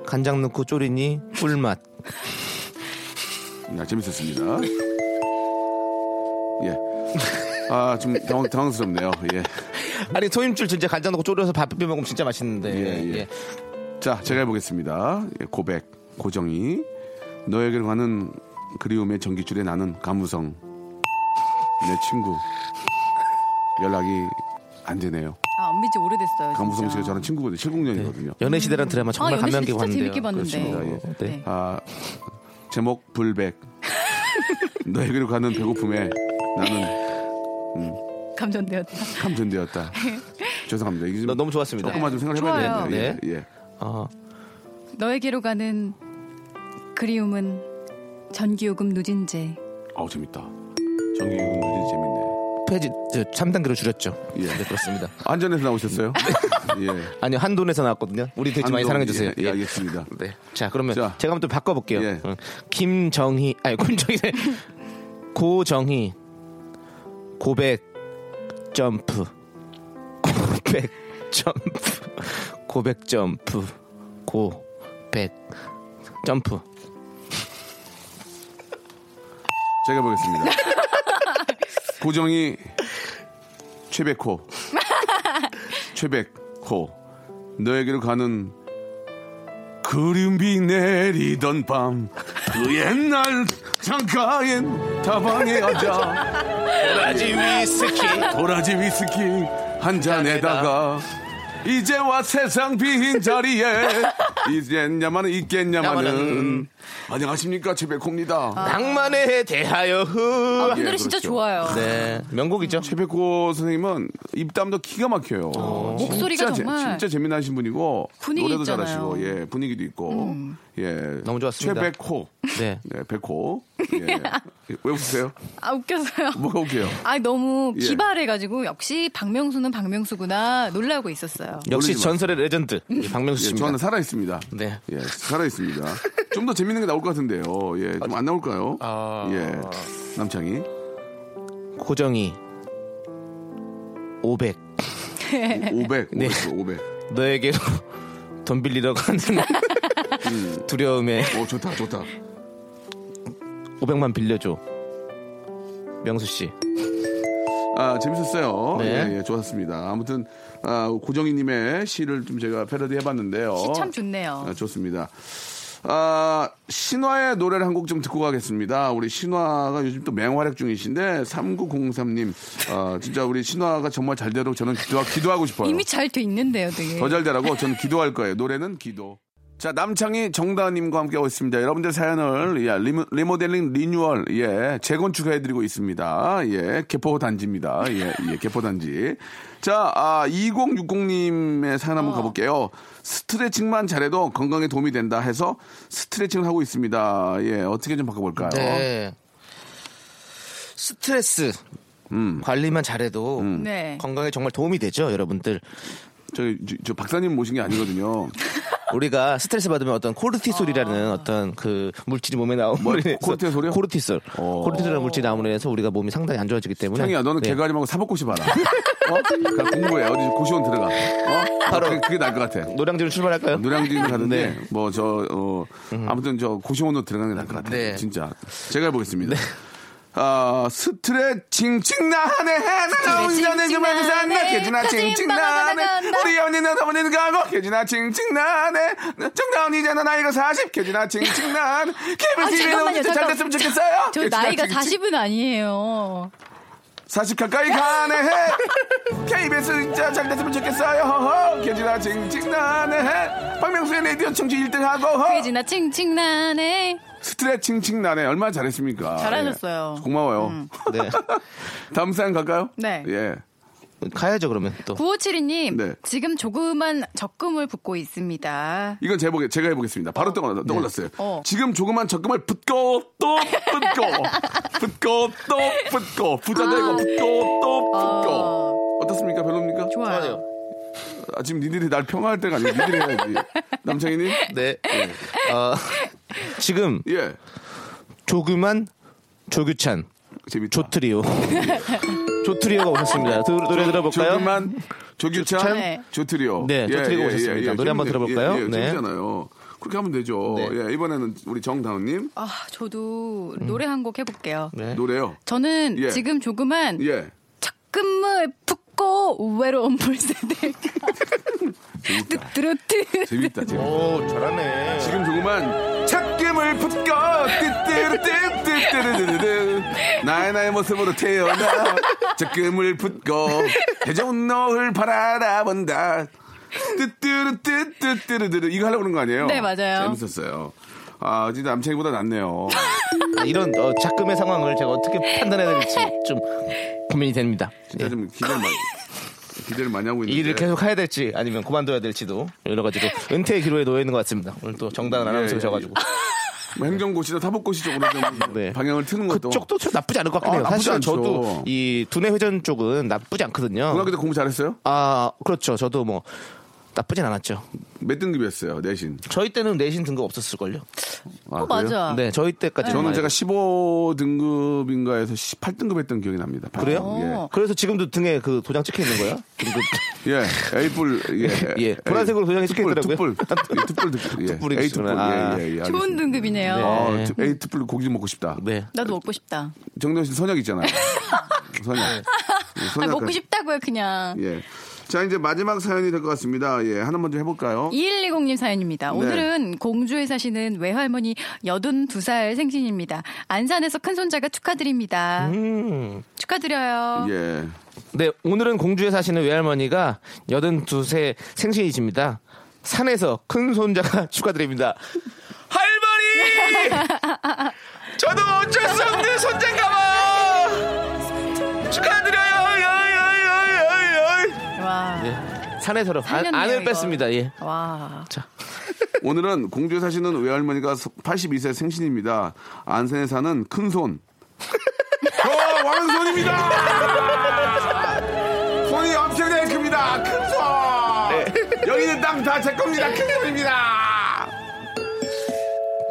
Speaker 5: 간장 넣고 졸이니 꿀맛.
Speaker 2: 야, 네, 재밌었습니다. 예. 아, 좀 당황, 당황스럽네요. 예.
Speaker 5: [laughs] 아니 소힘줄 진짜 간장 넣고 졸여서 밥 비벼 먹으면 진짜 맛있는데.
Speaker 2: 예, 예. 자, 제가 해보겠습니다. 예, 고백, 고정이. 너에게로 가는 그리움의 전기줄에 나는 감무성. 내 친구. 연락이 안 되네요.
Speaker 3: 아, 안 믿지 오래됐어요.
Speaker 2: 감무성
Speaker 3: 진짜.
Speaker 2: 씨가 저랑 친구거든요. 70년이거든요.
Speaker 5: 연애 시대란 드라마 정말
Speaker 3: 아, 연애
Speaker 5: 감명
Speaker 3: 시대
Speaker 5: 깊게
Speaker 3: 진짜
Speaker 5: 봤는데요.
Speaker 3: 재밌게 봤는데.
Speaker 2: 그렇습니다.
Speaker 5: 예.
Speaker 3: 네.
Speaker 2: 아, 제목 불백. 너에게로 가는 배고픔에 나는
Speaker 3: 감전되었다.
Speaker 2: 감전되었다. 죄송합니다. 이게 좀
Speaker 5: 너- 너무 좋았습니다.
Speaker 2: 조금만 좀 생각을 해봐야
Speaker 3: 좋아요.
Speaker 2: 되겠네요. 예, 예.
Speaker 5: 어,
Speaker 3: 너에게로 가는 그리움은 전기요금 누진제
Speaker 2: 아우 재밌다. 정기 군들이 재밌네.
Speaker 5: 페이지 저, 3단계로 줄였죠.
Speaker 2: 예.
Speaker 5: 네, 그렇습니다.
Speaker 2: 안전에서 나오셨어요? 예.
Speaker 5: 아니 한돈에서 나왔거든요. 네. 우리 돼지 많이
Speaker 2: 한동,
Speaker 5: 사랑해 주세요.
Speaker 2: 예, 예, 알겠습니다.
Speaker 5: 네. 자, 그러면
Speaker 2: 자.
Speaker 5: 제가 한번 또 바꿔볼게요.
Speaker 2: 예.
Speaker 5: 응. 김정희, 아니, [laughs] 김정희, 고정희, 고백, 점프, 고백, 점프, 고백, 점프, 고백, 점프.
Speaker 2: 제가 보겠습니다. 고정이 최백호 최백호 너에게로 가는 그림비 내리던 밤 그 옛날 창가엔 다방의 여자
Speaker 5: 브라지 위스키.
Speaker 2: 도라지 위스키 한 잔에다가 이제와 세상 빈 자리에 이제냐마는 있겠냐마는
Speaker 5: 야마는.
Speaker 2: 안녕하십니까 최백호입니다
Speaker 5: 낭만에 대하여.
Speaker 3: 이 노래
Speaker 2: 예,
Speaker 3: 진짜
Speaker 2: 그렇죠.
Speaker 3: 좋아요.
Speaker 5: 네, 명곡이죠.
Speaker 2: 최백호 선생님은 입담도 기가 막혀요.
Speaker 3: 어. 목소리가
Speaker 2: 진짜 제-
Speaker 3: 정말
Speaker 2: 진짜 재미나신 분이고
Speaker 3: 분위기
Speaker 2: 노래도
Speaker 3: 있잖아요. 음.
Speaker 2: 잘하시고 예 분위기도 있고 예
Speaker 5: 너무 좋았습니다.
Speaker 2: 최백호
Speaker 5: 네.
Speaker 2: 네 백호
Speaker 3: [laughs]
Speaker 2: 예. 왜 웃으세요?
Speaker 3: 아 웃겨서요.
Speaker 2: 뭐가 웃겨요?
Speaker 3: 아 너무
Speaker 2: 예.
Speaker 3: 기발해가지고 역시 박명수는 박명수구나 놀라고 있었어요.
Speaker 5: 역시
Speaker 2: 놀리지
Speaker 5: 전설의 레전드. 이 박명수
Speaker 2: 예,
Speaker 5: 씨입니다.
Speaker 2: 저는 살아 있습니다.
Speaker 5: 네.
Speaker 2: 예 살아 있습니다. 좀 더 재밌는 게 나올 것 같은데요. 예 좀 안 나올까요?
Speaker 5: 아.
Speaker 2: 예 남창이
Speaker 5: 고정이 500.
Speaker 2: 500
Speaker 5: 네.
Speaker 2: 500 500.
Speaker 5: 너에게로 [laughs] 돈
Speaker 2: [laughs]
Speaker 5: 빌리러 가는
Speaker 2: 음.
Speaker 5: 두려움에
Speaker 2: 오 좋다 좋다.
Speaker 5: 500만 빌려줘. 명수 씨.
Speaker 2: 아 재밌었어요.
Speaker 5: 네.
Speaker 2: 예, 예, 좋았습니다. 아무튼 아, 고정희님의 시를 좀 제가 패러디 해봤는데요.
Speaker 3: 시 참 좋네요.
Speaker 2: 아, 좋습니다. 아, 신화의 노래를 한 곡 좀 듣고 가겠습니다. 우리 신화가 요즘 또 맹활약 중이신데 3903님, 아, 진짜 우리 신화가 정말 잘 되도록 저는 기도, 하고 싶어요.
Speaker 3: 이미 잘 돼 있는데요, 되게.
Speaker 2: 더 잘 되라고 저는 기도할 거예요. 노래는 기도. 자, 남창희 정다님과 함께하고 있습니다. 여러분들 사연을, 예, 리모, 리모델링 리뉴얼, 예, 재건축해드리고 있습니다. 예, 개포단지입니다. 예, 예, 개포단지. 자, 아, 2060님의 사연 한번 가볼게요. 스트레칭만 잘해도 건강에 도움이 된다 해서 스트레칭을 하고 있습니다. 예, 어떻게 좀 바꿔볼까요?
Speaker 5: 네. 스트레스
Speaker 2: 음.
Speaker 5: 관리만 잘해도
Speaker 3: 네.
Speaker 5: 건강에 정말 도움이 되죠, 여러분들.
Speaker 2: 저희, 저, 저 박사님 모신 게 아니거든요.
Speaker 5: 우리가 스트레스 받으면 어떤 코르티솔이라는 어떤 그 물질이 몸에
Speaker 2: 뭐,
Speaker 5: 나오므로 인해서
Speaker 2: 코르티솔이요?
Speaker 5: 코르티솔.
Speaker 2: 어.
Speaker 5: 코르티솔이라는 물질이 나오므로 인해서 우리가 몸이 상당히 안 좋아지기 때문에
Speaker 2: 형이야, 너는
Speaker 5: 네.
Speaker 2: 개가림하고 사복고시
Speaker 3: [laughs]
Speaker 2: 봐라. 어? 그냥 공부해. 어디 고시원 들어가. 어? 바로. 그게, 그게 나을 것 같아.
Speaker 5: 노량진으로 출발할까요?
Speaker 3: [laughs]
Speaker 2: 노량진을 가는데
Speaker 3: 네.
Speaker 2: 뭐 저 어,
Speaker 3: 음.
Speaker 2: 아무튼 저 고시원으로 들어가는 게 나을 것 같아요.
Speaker 5: 네.
Speaker 2: 진짜 제가
Speaker 3: 네.
Speaker 2: 해보겠습니다. 아 스트레칭 칭나네 운전해 좀 해주산네 개진아 칭칭 나네 우리 언니는 어머니는 가고 개진아 칭칭 나네 정다운 이제는 나이가 40 개진아 칭칭 나네
Speaker 3: 아,
Speaker 2: 케이블 TV는
Speaker 3: 잠깐만요,
Speaker 2: 진짜 잘
Speaker 3: 잠깐-
Speaker 2: 됐으면 좋겠어요 예,
Speaker 3: 저
Speaker 2: 개진아,
Speaker 3: 나이가
Speaker 2: 칭칭.
Speaker 3: 40은 아니에요.
Speaker 2: 40 가까이 가네 해 KBS 진짜 잘 됐으면 좋겠어요 허허 개진아 칭칭 나네 해 박명수의 라디오 청취 1등하고 허
Speaker 3: 그지나 칭칭나네.
Speaker 2: 스트레칭 칭 나네 얼마나 잘했습니까?
Speaker 3: 잘하셨어요. 음.
Speaker 2: 예. 고마워요.
Speaker 5: 네.
Speaker 2: 다음 사연 갈까요?
Speaker 3: 네.
Speaker 2: 예.
Speaker 5: 가야죠 그러면 또.
Speaker 3: 9572님,
Speaker 2: 네.
Speaker 3: 지금 조그만 적금을 붓고 있습니다.
Speaker 2: 이건 제가, 해보게, 제가 해보겠습니다. 바로 떠올랐, 떠올랐어요.
Speaker 3: 어.
Speaker 2: 지금 조그만 적금을 붙고 또 붙고
Speaker 3: [laughs]
Speaker 2: 붙고 또 붙고 부자 되고
Speaker 3: 아.
Speaker 2: 붙고 또 붙고 어떻습니까? 별로입니까?
Speaker 3: 어. 좋아요.
Speaker 2: 아, 지금 니들이 날 평화할 때가 아니고 니들이 해야지. 남창희님?
Speaker 5: 네. 어, 지금
Speaker 2: 예.
Speaker 5: 조규만, 조규찬,
Speaker 2: 재밌다.
Speaker 5: 조트리오. 조트리오가 오셨습니다. 두- 노래 들어볼까요?
Speaker 2: 조규만, 조규찬,
Speaker 3: 네.
Speaker 2: 조트리오.
Speaker 5: 네, 조트리오가 오셨습니다. 노래 한번
Speaker 2: 재밌네.
Speaker 5: 들어볼까요?
Speaker 2: 예, 예,
Speaker 5: 네.
Speaker 2: 재밌잖아요. 그렇게 하면 되죠.
Speaker 5: 네.
Speaker 2: 예, 이번에는 우리 정다운님
Speaker 3: 아, 저도 노래 한 곡 해볼게요.
Speaker 5: 네.
Speaker 2: 노래요.
Speaker 3: 저는
Speaker 2: 예.
Speaker 3: 지금 조그만
Speaker 2: 예.
Speaker 3: 적금을 붓고 외로운 [laughs] 불세들.
Speaker 2: [laughs]
Speaker 3: 드루트.
Speaker 5: 네.
Speaker 2: 재밌다, 재밌다.
Speaker 5: 오, 잘하네.
Speaker 2: 지금 조금만 책임을 붙고 띠띠르띠띠띠르르르 나의 나의 모습으로 태어나 책임을 붙고 대전 너를 바라본다 띠띠르띠띠띠르르 이거 하려고 그런 거 아니에요?
Speaker 3: 네, 맞아요.
Speaker 2: 재밌었어요. 아, 진짜 남창이보다 낫네요.
Speaker 5: 아, 이런 어, 작금의 상황을 제가 어떻게 판단해야 될지 좀 고민이 됩니다.
Speaker 2: 진짜 좀 기대를 많이, 기대를 많이 하고 있는데.
Speaker 5: 일을 계속 예. 해야 될지 아니면 그만둬야 될지도 여러 가지로 은퇴의 기로에 놓여 있는 것 같습니다. 오늘 또 정당한
Speaker 2: 예,
Speaker 5: 아나운서
Speaker 2: 예,
Speaker 5: 셔가지고
Speaker 2: 뭐 행정고시나 사법고시 쪽으로 좀
Speaker 5: [laughs] 네.
Speaker 2: 방향을 트는 것도.
Speaker 5: 그쪽도 좀 나쁘지 않을 것 같긴
Speaker 2: 아,
Speaker 5: 해요.
Speaker 2: 나쁘지
Speaker 5: 사실
Speaker 2: 않죠.
Speaker 5: 저도 이 두뇌 회전 쪽은 나쁘지 않거든요.
Speaker 2: 중학교 때 공부 잘했어요?
Speaker 5: 아 그렇죠. 저도 뭐 나쁘진 않았죠.
Speaker 2: 몇 등급이었어요, 내신?
Speaker 5: 저희 때는 내신 등급 없었을 걸요.
Speaker 2: 아,
Speaker 3: 어,
Speaker 2: 그래요?
Speaker 3: 맞아.
Speaker 5: 네, 저희 때까지
Speaker 2: 저는 제가 15등급인가 해서 18등급 했던 기억이 납니다.
Speaker 5: 그래요? 그래서 지금도 등에 그 도장 찍혀 있는 거야? 등급.
Speaker 2: 예. 예. A뿔, 예.
Speaker 5: [laughs] 예,
Speaker 2: 에이,
Speaker 5: 보라색으로 도장이 찍혀
Speaker 2: 특불,
Speaker 5: 있더라고요.
Speaker 2: 특불, 특불, 특불, 예.
Speaker 5: 특불이
Speaker 2: A
Speaker 5: 있구나.
Speaker 2: 특불, 예, 예, 예.
Speaker 3: 좋은 등급이네요.
Speaker 2: 아, 특- A 특불로 고기 먹고 싶다.
Speaker 5: [laughs] 네.
Speaker 3: 나도 먹고 싶다. [laughs]
Speaker 2: 정다은 씨 선약 있잖아요. 선약. 예, 선약
Speaker 3: 아니, 먹고
Speaker 2: 같은-
Speaker 3: 싶다고요, 그냥.
Speaker 2: 예. 자, 이제 마지막 사연이 될 것 같습니다. 예, 하나 먼저 해볼까요?
Speaker 3: 2120님 사연입니다.
Speaker 2: 네.
Speaker 3: 오늘은 공주에 사시는 외할머니 82살 생신입니다. 안산에서 큰손자가 축하드립니다. 축하드려요.
Speaker 2: 예.
Speaker 5: 네, 오늘은 공주에 사시는 외할머니가 82세 생신이십니다. 산에서 큰 손자가 [laughs] 축하드립니다.
Speaker 3: [laughs]
Speaker 5: 할머니! 저도 어쩔 수 없는 손자인가 봐! 축하드려요! 요, 요, 요, 요, 요.
Speaker 3: 와.
Speaker 5: 예, 산에서로 안,
Speaker 3: 살렸네요,
Speaker 5: 안을
Speaker 3: 이거.
Speaker 5: 뺐습니다. 예.
Speaker 3: 와.
Speaker 2: 오늘은 공주에 사시는 외할머니가 82세 생신입니다. 안산에 사는 큰손. [laughs] 저 왕손입니다! 손이 엄청나게 큽니다! 큰손! 여기는 땅 다 제 겁니다! 큰손입니다!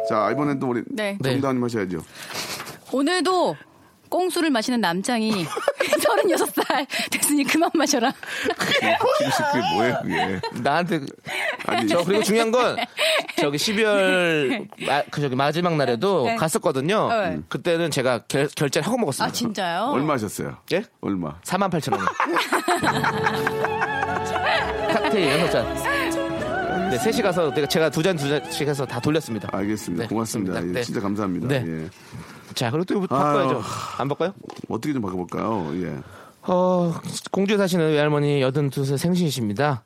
Speaker 2: 자, 이번엔 또 우리
Speaker 3: 네.
Speaker 2: 정다운님 하셔야죠.
Speaker 3: 오늘도 꽁수를 마시는 남창이 [laughs] 36살 됐으니 그만 마셔라.
Speaker 2: 그게 뭐예요,
Speaker 5: [laughs]
Speaker 2: 그게.
Speaker 5: 나한테.
Speaker 2: 아니,
Speaker 5: 저 그리고 중요한
Speaker 3: [laughs]
Speaker 5: 건
Speaker 3: 네.
Speaker 5: 저기 12월 마, 그 저기 마지막 날에도
Speaker 3: 네.
Speaker 5: 갔었거든요. 음.
Speaker 3: 네.
Speaker 5: 그때는 제가 결, 결제를 하고 먹었습니다.
Speaker 3: 아, 진짜요?
Speaker 2: 얼마 하셨어요?
Speaker 5: 예?
Speaker 2: 얼마?
Speaker 3: [laughs]
Speaker 5: 48,000원. 칵테일 6잔. 네, 셋이 가서 내가 제가 두 잔 두 잔씩 해서 다 돌렸습니다.
Speaker 2: 알겠습니다.
Speaker 5: 네,
Speaker 2: 고맙습니다.
Speaker 5: 그렇습니다.
Speaker 2: 예,
Speaker 5: 네.
Speaker 2: 진짜 감사합니다.
Speaker 5: 네.
Speaker 2: 예.
Speaker 5: 자, 그리고 또 이거 바꿔야죠.
Speaker 2: 아유.
Speaker 5: 안 바꿔요?
Speaker 2: 어떻게 좀 바꿔볼까요? 예.
Speaker 5: 어, 공주에 사시는 외할머니 82세 생신이십니다.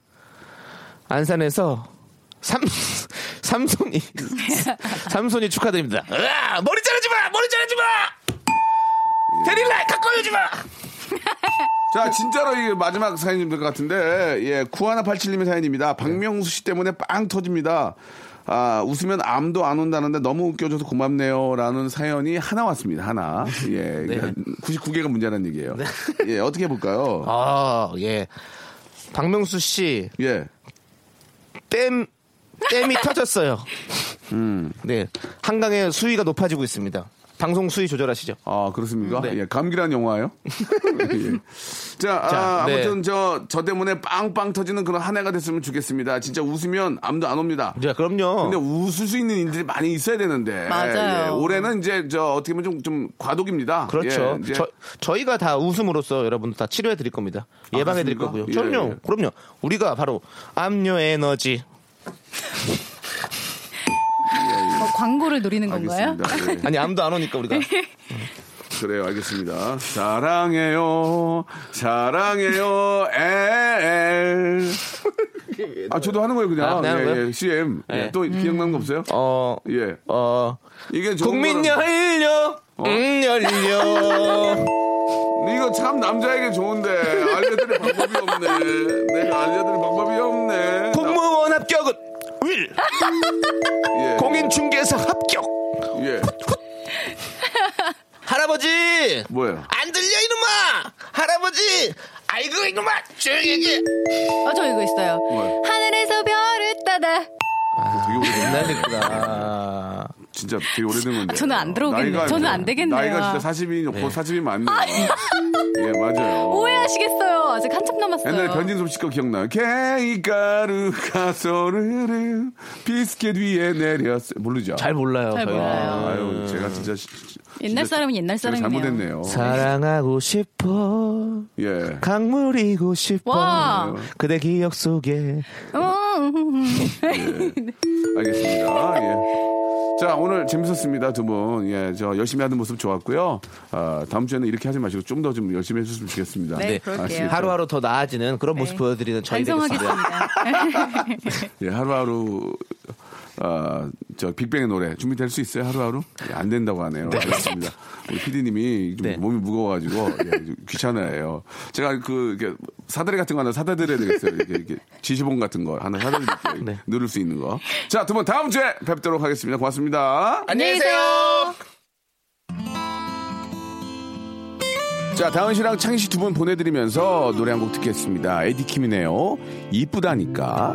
Speaker 5: 안산에서 삼, [laughs] 삼손이, [laughs] 삼손이 축하드립니다. 으아! 머리 자르지 마! 머리 자르지 마! 데릴라! 가까이 오지 마!
Speaker 2: 자, 진짜로 이게 마지막 사연이 될 것 같은데, 예, 구하나팔칠님의 사연입니다.
Speaker 5: 네.
Speaker 2: 박명수 씨 때문에 빵 터집니다. 아, 웃으면 암도 안 온다는데 너무 웃겨줘서 고맙네요. 라는 사연이 하나 왔습니다. 하나.
Speaker 5: 네.
Speaker 2: 예. 그러니까 99개가 문제라는 얘기예요 예, 어떻게 해볼까요?
Speaker 5: 아, 예. 박명수 씨,
Speaker 2: 예.
Speaker 5: 댐 댐이 터졌어요.
Speaker 2: 음.
Speaker 5: 네 한강의 수위가 높아지고 있습니다. 방송 수위 조절하시죠.
Speaker 2: 아, 그렇습니까?
Speaker 5: 네.
Speaker 2: 예, 감기란
Speaker 5: [laughs]
Speaker 2: 영화예요? 예. 자, 아,
Speaker 5: 자, 네.
Speaker 2: 아무튼 저, 저 때문에 빵빵 터지는 그런 한 해가 됐으면 좋겠습니다. 진짜 웃으면 암도 안 옵니다.
Speaker 5: 자 그럼요.
Speaker 2: 근데 웃을 수 있는 일들이 많이 있어야 되는데.
Speaker 3: 맞아요.
Speaker 2: 예, 올해는 이제 저 어떻게 보면 좀, 좀 과도기입니다.
Speaker 5: 그렇죠.
Speaker 2: 예, 이제
Speaker 5: 저, 저희가 다 웃음으로써 여러분들 다 치료해 드릴 겁니다. 예방해 드릴
Speaker 2: 그렇습니까?
Speaker 5: 거고요.
Speaker 2: 예,
Speaker 5: 그럼요.
Speaker 2: 예.
Speaker 5: 그럼요. 우리가 바로 암료 에너지.
Speaker 3: 뭐 광고를 노리는 건가요?
Speaker 2: 알겠습니다. 예,
Speaker 5: 아니 암도 안
Speaker 2: [laughs]
Speaker 5: 오니까 우리가
Speaker 2: 그래요, 알겠습니다. 사랑해요, 사랑해요, 엘. 아, 저도 하는 거예요,
Speaker 5: 아,
Speaker 2: 그냥.
Speaker 5: 그냥 하는
Speaker 2: 예,
Speaker 5: 거예요?
Speaker 2: 예, CM. 예,
Speaker 5: 예.
Speaker 2: 또
Speaker 3: 음.
Speaker 2: 기억나는 거 없어요?
Speaker 5: 어.
Speaker 2: 예.
Speaker 5: 어
Speaker 2: 이게 좋은
Speaker 5: 국민
Speaker 2: 거는- 어?
Speaker 5: 연료, 음, 연료.
Speaker 2: 이거 참 남자에게 좋은데 알려드릴 방법이 없네. 내가 알려드릴 방법이 없네.
Speaker 5: 공무원 합격은 윌.
Speaker 2: 예,
Speaker 5: 공인 중개사 합격.
Speaker 2: 예.
Speaker 5: 할아버지.
Speaker 2: 뭐예요?
Speaker 5: 안 들려 이놈아 할아버지 아이고 이놈아 조용히 얘기해
Speaker 3: 어, 저 이거 있어요.
Speaker 2: 뭐요?
Speaker 3: 하늘에서 별을 따다.
Speaker 2: 되게 오래된 거.
Speaker 5: 옛날이구나
Speaker 2: 진짜 되게 오래된 건데.
Speaker 3: 아, 저는 안 들어오겠네요.
Speaker 2: 나이가-
Speaker 3: 저는 안 되겠네요. 아,
Speaker 2: 나이가 진짜 40이 곧 40이 많네요. 예, 맞아요.
Speaker 3: 오해하시겠어요. 아직 한참 남았어요.
Speaker 2: 옛날에 변진섭 씨거 기억나요? 케이가루가 소르르 비스켓 위에 내렸어. 모르죠?
Speaker 5: 잘 몰라요
Speaker 3: 잘
Speaker 5: 저희.
Speaker 3: 몰라요.
Speaker 2: 아, 아유, 제가 진짜. 시-
Speaker 3: 옛날
Speaker 2: 진짜
Speaker 3: 사람은 옛날
Speaker 2: 제가
Speaker 3: 사람이네요.
Speaker 2: 잘못했네요.
Speaker 5: 사랑하고 싶어
Speaker 2: 예.
Speaker 5: 강물이고 싶어
Speaker 3: 와.
Speaker 5: 그대 기억 속에
Speaker 3: 어, 음,
Speaker 2: 알겠습니다. 예. 자, 오늘 재밌었습니다, 두 분. 예, 저 열심히 하는 모습 좋았고요. 아, 다음 주에는 이렇게 하지 마시고 좀 더 좀 열심히 해주셨으면 좋겠습니다.
Speaker 3: 네, 그럴게요.
Speaker 2: 아시겠죠?
Speaker 5: 하루하루 더 나아지는 그런 모습
Speaker 3: 네.
Speaker 5: 보여드리는 저희 되겠습니다
Speaker 3: 반성하겠습니다.
Speaker 2: 예, 하루하루 아, 저 빅뱅의 노래 준비될 수 있어요? 하루하루? 예, 안 된다고 하네요. 그렇습니다. 우리 PD님이 좀
Speaker 5: 네.
Speaker 2: 몸이 무거워가지고 예,
Speaker 5: [laughs]
Speaker 2: 좀 귀찮아해요. 제가 그 이렇게 사다리 같은 거 하나 사다드려야 되겠어요. 이렇게, 이렇게 지시봉 같은 거 하나 사다드릴게요.
Speaker 5: 네.
Speaker 2: 누를 수 있는 거. 자, 두 분 다음 주에 뵙도록 하겠습니다. 고맙습니다.
Speaker 5: 안녕히 계세요
Speaker 2: 자, 다은 씨랑 창희 씨 두 분 보내드리면서 노래 한 곡 듣겠습니다. 에디킴이네요. 이쁘다니까.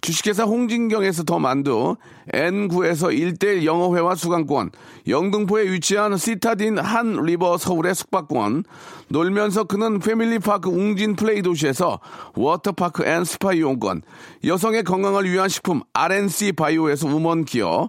Speaker 2: 주식회사 홍진경에서 더 만두, N9에서 일대일 영어회화 수강권, 영등포에 위치한 시타딘 한 리버 서울의 숙박권, 놀면서 크는 패밀리파크 웅진 플레이 도시에서 워터파크 앤 스파 이용권, 여성의 건강을 위한 식품 RNC 바이오에서 우먼 기어,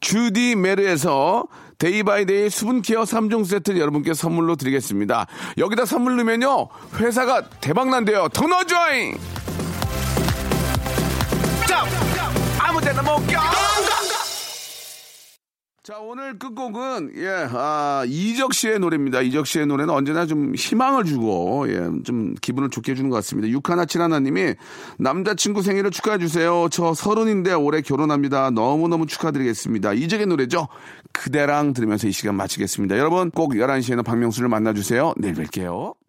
Speaker 2: 주디 메르에서 데이바이데이 수분케어 3종 세트 여러분께 선물로 드리겠습니다. 여기다 선물 넣으면요, 회사가 대박난대요. 더 넣어줘잉! 자, 아무 데나 못 가! 자, 오늘 끝곡은, 예, 아, 이적 씨의 노래입니다. 이적 씨의 노래는 언제나 좀 희망을 주고, 예, 좀 기분을 좋게 해주는 것 같습니다. 육하나 칠하나님이 남자친구 생일을 축하해주세요. 저 서른인데 올해 결혼합니다. 너무너무 축하드리겠습니다. 이적의 노래죠. 그대랑 들으면서 이 시간 마치겠습니다. 여러분 꼭 11시에는 박명수를 만나주세요. 내일 뵐게요.